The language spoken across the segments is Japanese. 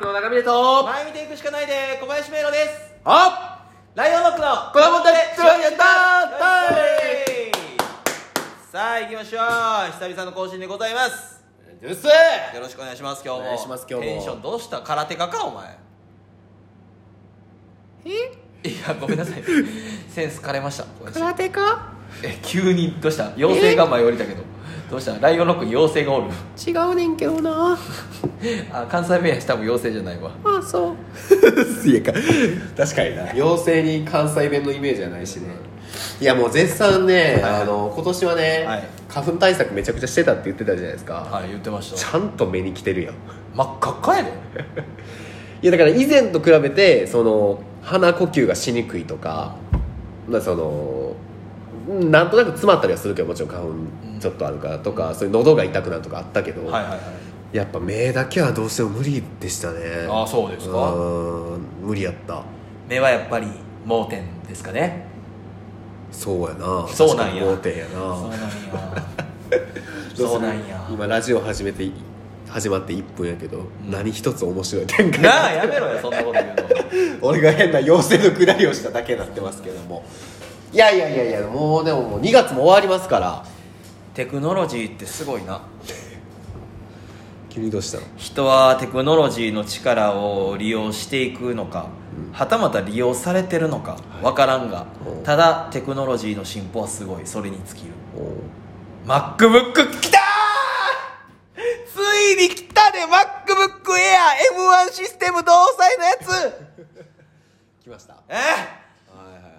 と前見ていくしかないで小林明郎ですあライオンロックのコラボでちょいやったはいさあ行きましょう久々の更新でございますうっせよえろしくお願いします今日もお願いします今日もテンションどうした空手家かお前えいやごめんなさい センス枯れましたごめんなさい手かえ急にどうした妖精が舞い降りたけどどうしたライオンロックに妖精がおる違うねんけどなあ関西弁やし多分妖精じゃないわあそう いやか確かにな妖精に関西弁のイメージはないしねいやもう絶賛ね、はいあの今年はね、はい花粉対策めちゃくちゃしてたって言ってたじゃないですか、はい言ってましちたゃんと目に来てるやん真っ赤っかやでいやだから以前と比べてその鼻呼吸がしにくいとかまあそのなんとなく詰まったりはするけどもちろん花粉んちょっとあるからとか、そういう喉が痛くなるとかあったけど、はいはいはいやっぱ目だけはどうしても無理でしたねあそうですかうーん無理やった目はやっぱり盲点ですかねそうやなそうなんや確かに盲点やそうなんなやどすそうるなんや今ラジオ始めて始まって1分やけど、ん何一つ面白い展開なあやめろよそんなこと言うの 俺が変な妖精のくだりをしただけになってますけどもいやいやいやいやもうでももう2月も終わりますからテクノロジーってすごいな君どうしたの人はテクノロジーの力を利用していくのか、はたまた利用されてるのか分からんが、おうただテクノロジーの進歩はすごいそれに尽きるおう MacBook きたーついに来たで MacBook Air M1 システム搭載のやつ来ましたはいえはいは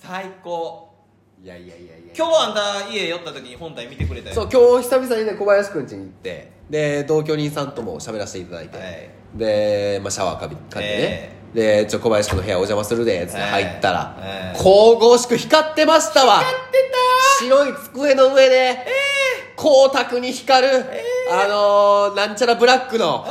最高いいやいやいやいや今日はあんた家寄った時に本体見てくれたよそう今日久々にね小林くん家に行ってで同居人さんとも喋らせていただいて、はいで、まあ、シャワーかびかびてねえ、でちょ小林くんの部屋お邪魔するでっつって入ったら、ええ神々しく光ってましたわ光ってた白い机の上で、光沢に光る、あのー、なんちゃらブラックの、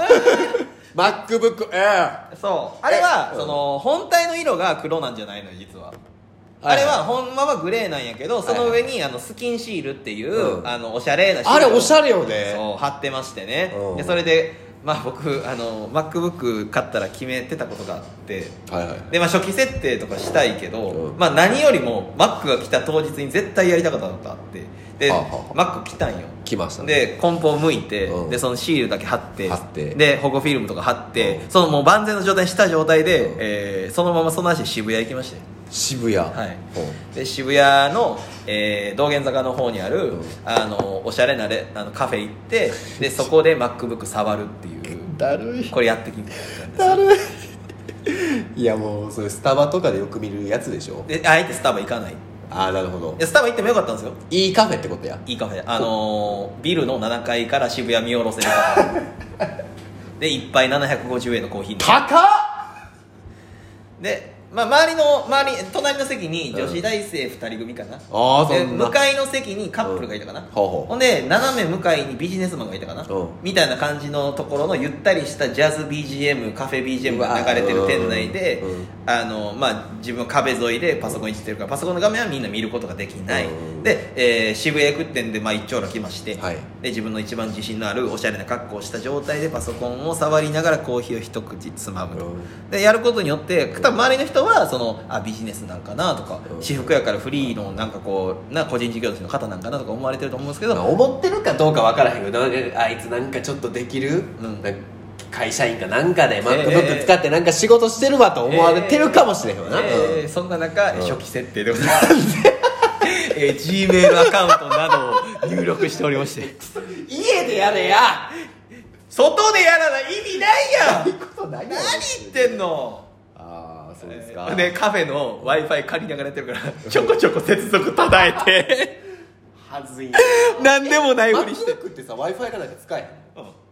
MacBook Air そうあれはえその本体の色が黒なんじゃないのよ実ははあいれはほんまはグレーなんやけどその上にあのスキンシールっていううんあのおしゃれなシールあれおしゃれれよねそう貼ってましてねうんでそれでまあ僕あの MacBook 買ったら決めてたことがあってはいはいでまあ初期設定とかしたいけどうんまあ何よりも Mac が来た当日に絶対やりたかったのがあってではあは Mac 来たんよ来ましたねで梱包向いて、うんでそのシールだけ貼って貼ってで保護フィルムとか貼って、うんそのもう万全の状態にした状態で、うんえーそのままその足で渋谷行きまして渋谷はいうんで渋谷の、えー道玄坂の方にある、うんあのおしゃれなレあのカフェ行ってでそこで MacBook 触るっていうだるいこれやってきてだるいいやもうそれスタバとかでよく見るやつでしょであえてスタバ行かないああなるほどでスタバ行ってもよかったんですよいいカフェってことやいいカフェあのービルの7階から渋谷見下ろせるカフェ で一杯750円のコーヒー飲んで高っで、まあ、周りの周り隣の席に女子大生2人組かな、ああそでんな向かいの席にカップルがいたかな、ほうほうんで斜め向かいにビジネスマンがいたかな、うんみたいな感じのところのゆったりしたジャズ BGM カフェ BGM が流れてる店内で、うわうんあのまあ、自分は壁沿いでパソコンいじってるからパソコンの画面はみんな見ることができない、うんで、えー渋谷行くってんで、まあ、一丁羅来まして、はいで自分の一番自信のあるおしゃれな格好をした状態でパソコンを触りながらコーヒーを一口つまむと、うんでやることによって多分周りの人はそのあビジネスなんかなとか、うん私服やからフリーのなんかこうな個人事業主の方なんかなとか思われてると思うんですけど、思ってるかどうか分からへんけどなあいつなんかちょっとできる、うんなんか会社員かなんかでえ MacBook 使ってなんか仕事してるわと思われてるかもしれへんよな、えーうんそんな中、うん初期設定でござい ます、えー、Gmail アカウントなどを入力しておりまして家でやれや外でやらな意味ないやんことない何言ってんのああそうですか、でカフェの w i f i 借りながらやってるからちょこちょこ接続途絶えては ずい何でもないふりして MacBook ってさ w i f i かなんか使えへん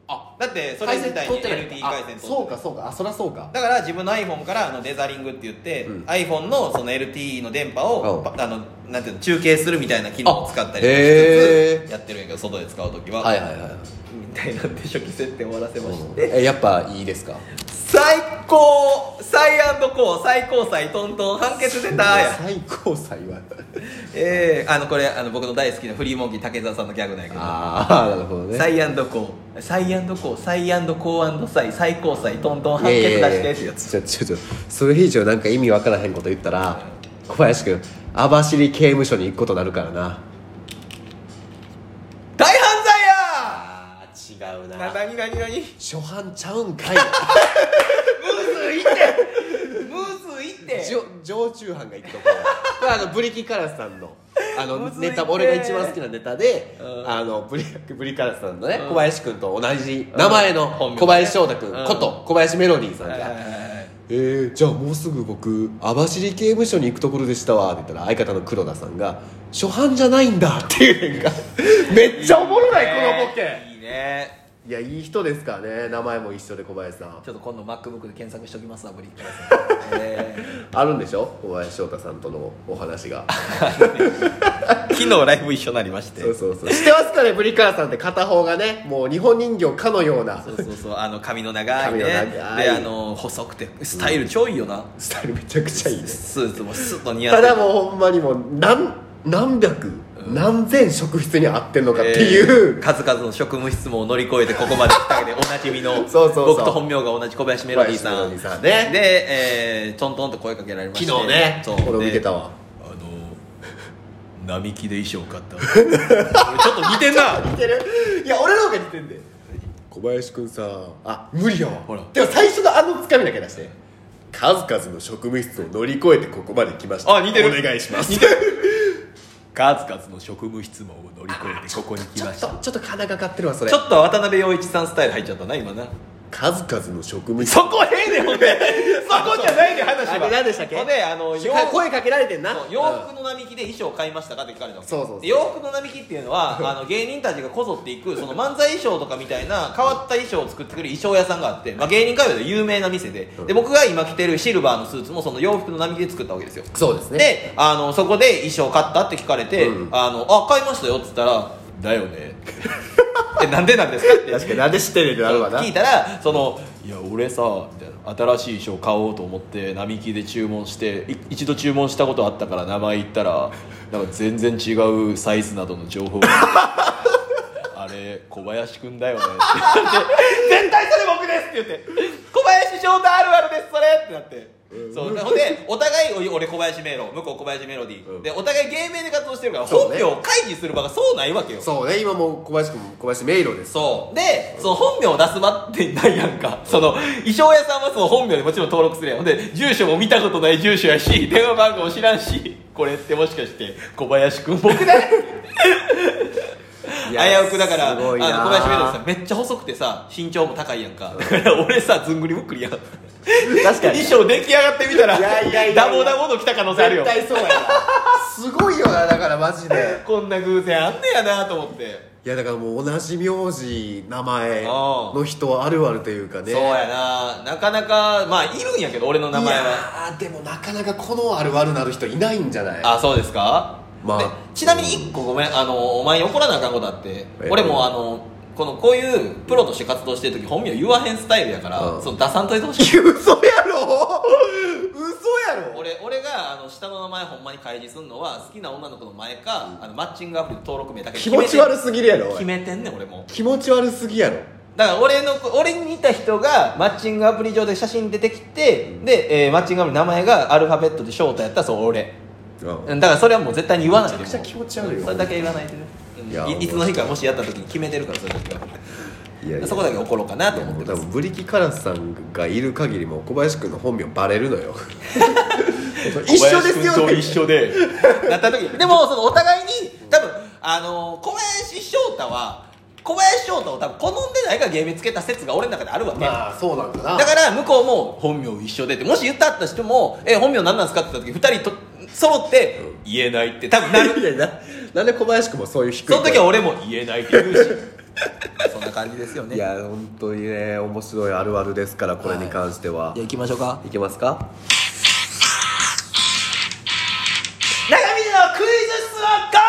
あだってそれ自体に LTE 回線あ通ってそうかそうかあそらそうかだから自分の iPhone からあのレザリングって言って、うん iPhone のその LTE の電波うをんパあのなんていうの中継するみたいな機能を使ったりとかあしへつつやってるんやけど外で使う時は、はいはいはいみたいなんで初期設定終わらせまして、えやっぱいいですか最高最アンドコー最高裁トントン判決出たやん最高裁はえー、あのこれあの僕の大好きなフリーモンキー竹澤さんのギャグなんやけどああなるほどねサイアンドコーサイアンドコーサイアンドコーアンドサイ最高裁トントン判決出してってやつちょちょちょそれ以上なんか意味わからへんこと言ったら小林君網走刑務所に行くことになるからな大犯罪やあー違うななになになに初犯ちゃうんかいムーズいってムーズいってじょ常駐犯が行くとここ れあのブリキカラスさんのあのむずいネねタ俺が一番好きなネタで、あのブリブリカラスさんのね、小林君と同じ名前の本名ね小林翔太君、うんこと小林メロディーさんが、はいはいはいえー、じゃあもうすぐ僕網走刑務所に行くところでしたわって言ったら相方の黒田さんが「初犯じゃないんだ」っていうねんか めっちゃおもろないこのボケいいねいやいい人ですからね名前も一緒で小林さんちょっと今度 MacBook で検索しておきますわブリッカー さん、えあるんでしょ小林翔太さんとのお話がー、昨日ライブ一緒になりましてそうそうそう知ってますかねブリカラさんって片方がねもう日本人形かのようなそうそうそうあの髪の長いね髪の長いであの細くてスタイル超いいよな、スタイルめちゃくちゃいいねスーツもスッと似合ったてだもうほんまにもう何何百、何千職質に合ってんのかっていう、えー数々の職務質問を乗り越えてここまで来たわけでおなじみの そうそうそう僕と本名が同じ小林メロディーさ小林んメロディーさんねで、えー、トントンと声かけられまして昨日ねそうこれを見てたでわあの 並木で衣装買った俺 ちょっと似てんな似てるいや俺の方が似てんで小林君さあ無理やわほらでも最初のあのつかみだけ出して数々の職務室を乗り越えてここまで来ましたあ似てるお願いします似てる数々の職務質問を乗り越えてここに来ちょまっしとたちょっと鼻がかってるわそれちょっと渡辺陽一さんスタイル入っちゃったな今な数々の職務室そこええねんほんでそこじゃないねん話あはれ何でしたっけほんであの洋か声かけられてんなそう洋服の並木で衣装を買いましたかって聞かれたのそうそうそうで洋服の並木っていうの はあの芸人たちがこぞっていくその漫才衣装とかみたいな変わった衣装を作ってくる衣装屋さんがあって、まあ、芸人界隈で有名な店でで僕が今着てるシルバーのスーツもその洋服の並木で作ったわけですよそうですねであのそこで衣装買ったって聞かれて「うんあのあ買いましたよ」っつったら「だよね」 えなんでなんですか?」って確かになんで知ってんねんってなるわな聞いたらその「いや俺さ」みたいな新しい衣装買おうと思って並木で注文してい一度注文したことあったから名前言ったらなんか全然違うサイズなどの情報 があれ小林くんだよねって言って絶対それ僕ですって言って小林翔太あるあるですそれってなって。そうなのでお互いお俺小林メロ向こう小林メロディー、うんでお互い芸名で活動してるからそう本ね名を開示する場がそうないわけよそうね今もう小林君も小林迷路ですそうでその本名を出す場ってないやんかその衣装屋さんはその本名でもちろん登録するやんほんで住所も見たことない住所や し電話番号も知らんしこれってもしかして小林くん僕だい危やうくだからあすの小ごいな林メロディさんめっちゃ細くてさ身長も高いやんかだから俺さずんぐりむっくりやん確かに衣装出来上がってみたらいやいやいやいやダボダボの来た可能性あるよ絶対そうやなすごいよなだからマジでこんな偶然あんねやなと思っていやだからもう同じ名字名前あーの人あるあるというかねそうやななかなかまあいるんやけど俺の名前はあでもなかなかこのあるあるなる人いないんじゃないあそうですか、まあでちなみに1個ごめんあのお前に怒らなあかんことあってえ俺もあのこのこういうプロとして活動してる時本名言わへんスタイルやから、うんその出さんといてほしい嘘やろ嘘やろ俺俺があの下の名前ほんまに開示すんのは好きな女の子の前か、あのマッチングアプリ登録名だけ気持ち悪すぎるやろおい決めてんねん俺も気持ち悪すぎやろだから俺の俺に似た人がマッチングアプリ上で写真出てきて、で、えーマッチングアプリの名前がアルファベットで翔太やったらそう俺うんだからそれはもう絶対に言わないでめちゃくちゃ気持ち悪いよそれだけ言わないでねいやうんいいつの日かもしやった時に決めてるからそれだけはいやいやそこだけ怒ろうかなと思っもうて多ます分ブリキカラスさんがいる限りも小林君の本名バレるのよ 一緒ですよって緒でなった時でもそのお互いに多分あのー小林翔太は小林翔太を多分好んでないから芸名つけた説が俺の中であるわけ、まあそうなんだなだから向こうも本名一緒でってもし言ったとしても「え本名何なんですか?」って言った時2人と揃って「言えない」って多分なるいやいやななんで小林君もそういう低いその声時は俺も言えないって 言うしそんな感じですよねいや本当にね面白いあるあるですからこれに関しては、じゃあ行きましょうかい、けますか中身のクイズッスはコー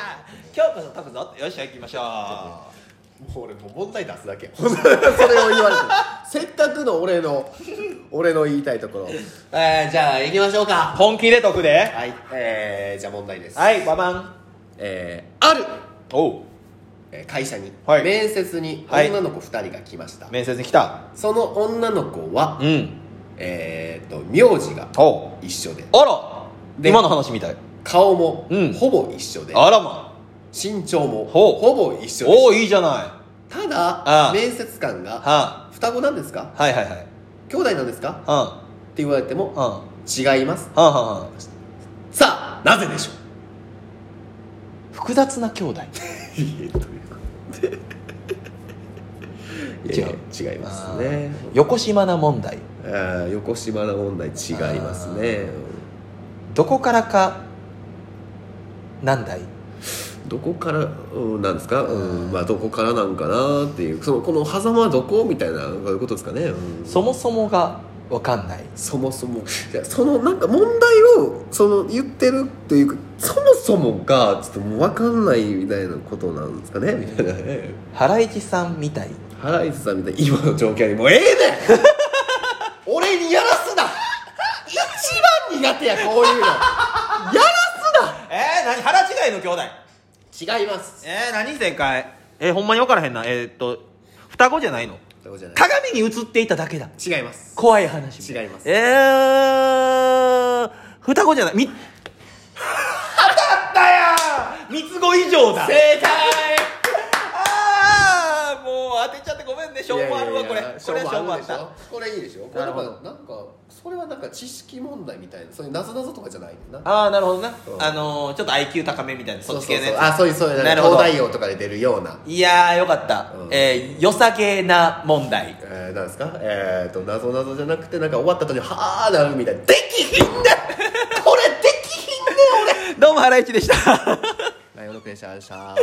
ナー今日こそ解くぞよっしゃ行きましょ もう俺もう問題出すだけそれを言われてせっかくの俺の俺の言いたいところ、えー、じゃあ行きましょうか本気で解くではいえー、じゃあ問題です、はいババンえー、あるおうえー会社に、はい面接にはい女の子2人が来ました、面接に来たその女の子は、うんえー、と名字がおう一緒であらで今の話みたい顔もうんほぼ一緒で、あらま身長もほうほぼ一緒おでおいいじゃないはすただあ面接官があ「双子なんですかはいはいはい兄弟なんですか?」うんって言われてもうん「違いますはんはんはん」さあなぜでしょ複雑な兄弟うい や違いますね横島な問題あー横島な問題違いますねどこからか何代どこから、うん、なんですか、うんまあ、どこからなんかなっていうそのこの狭間はどこみたいなこういうことですかね、うんそもそもが分かんないそもそもいやそのなんか問題をその言ってるっていうかそもそもがちょっともう分かんないみたいなことなんですかねみたいなねハライチさんみたいハライチさんみたいな今の状況にも うええねん俺にやらすな一番苦手やこういうのやらえー、何腹違いの兄弟すな違いますえー、何正解えー、ほんまに分からへんなえー、っと双子じゃないのそういうことじゃない鏡に映っていただけだ違います怖い話違いますえー、双子じゃないみ当たったやん三つ子以上だ正解ああもう当てちゃってごめんねしょうもあるわこれこれはしょ勝負うもああっるでしょたこれいいでしょこれななるんかほどなんかそれはなんか知識問題みたいなそういうなぞなぞとかじゃないんだなああなるほどな、うんあのー、ちょっと IQ 高めみたいなそっち系のやそうつそうそうあそういうそういうななるるほほどど東大王とかで出るような、いやーよかった、うんえー、良さげな問題えー、なんですかえー、となぞなぞじゃなくてなんか終わった後にはあなるみたいなできひんねんこれできひんねん俺 どうもハライチでしたライオンのプレッシャーでした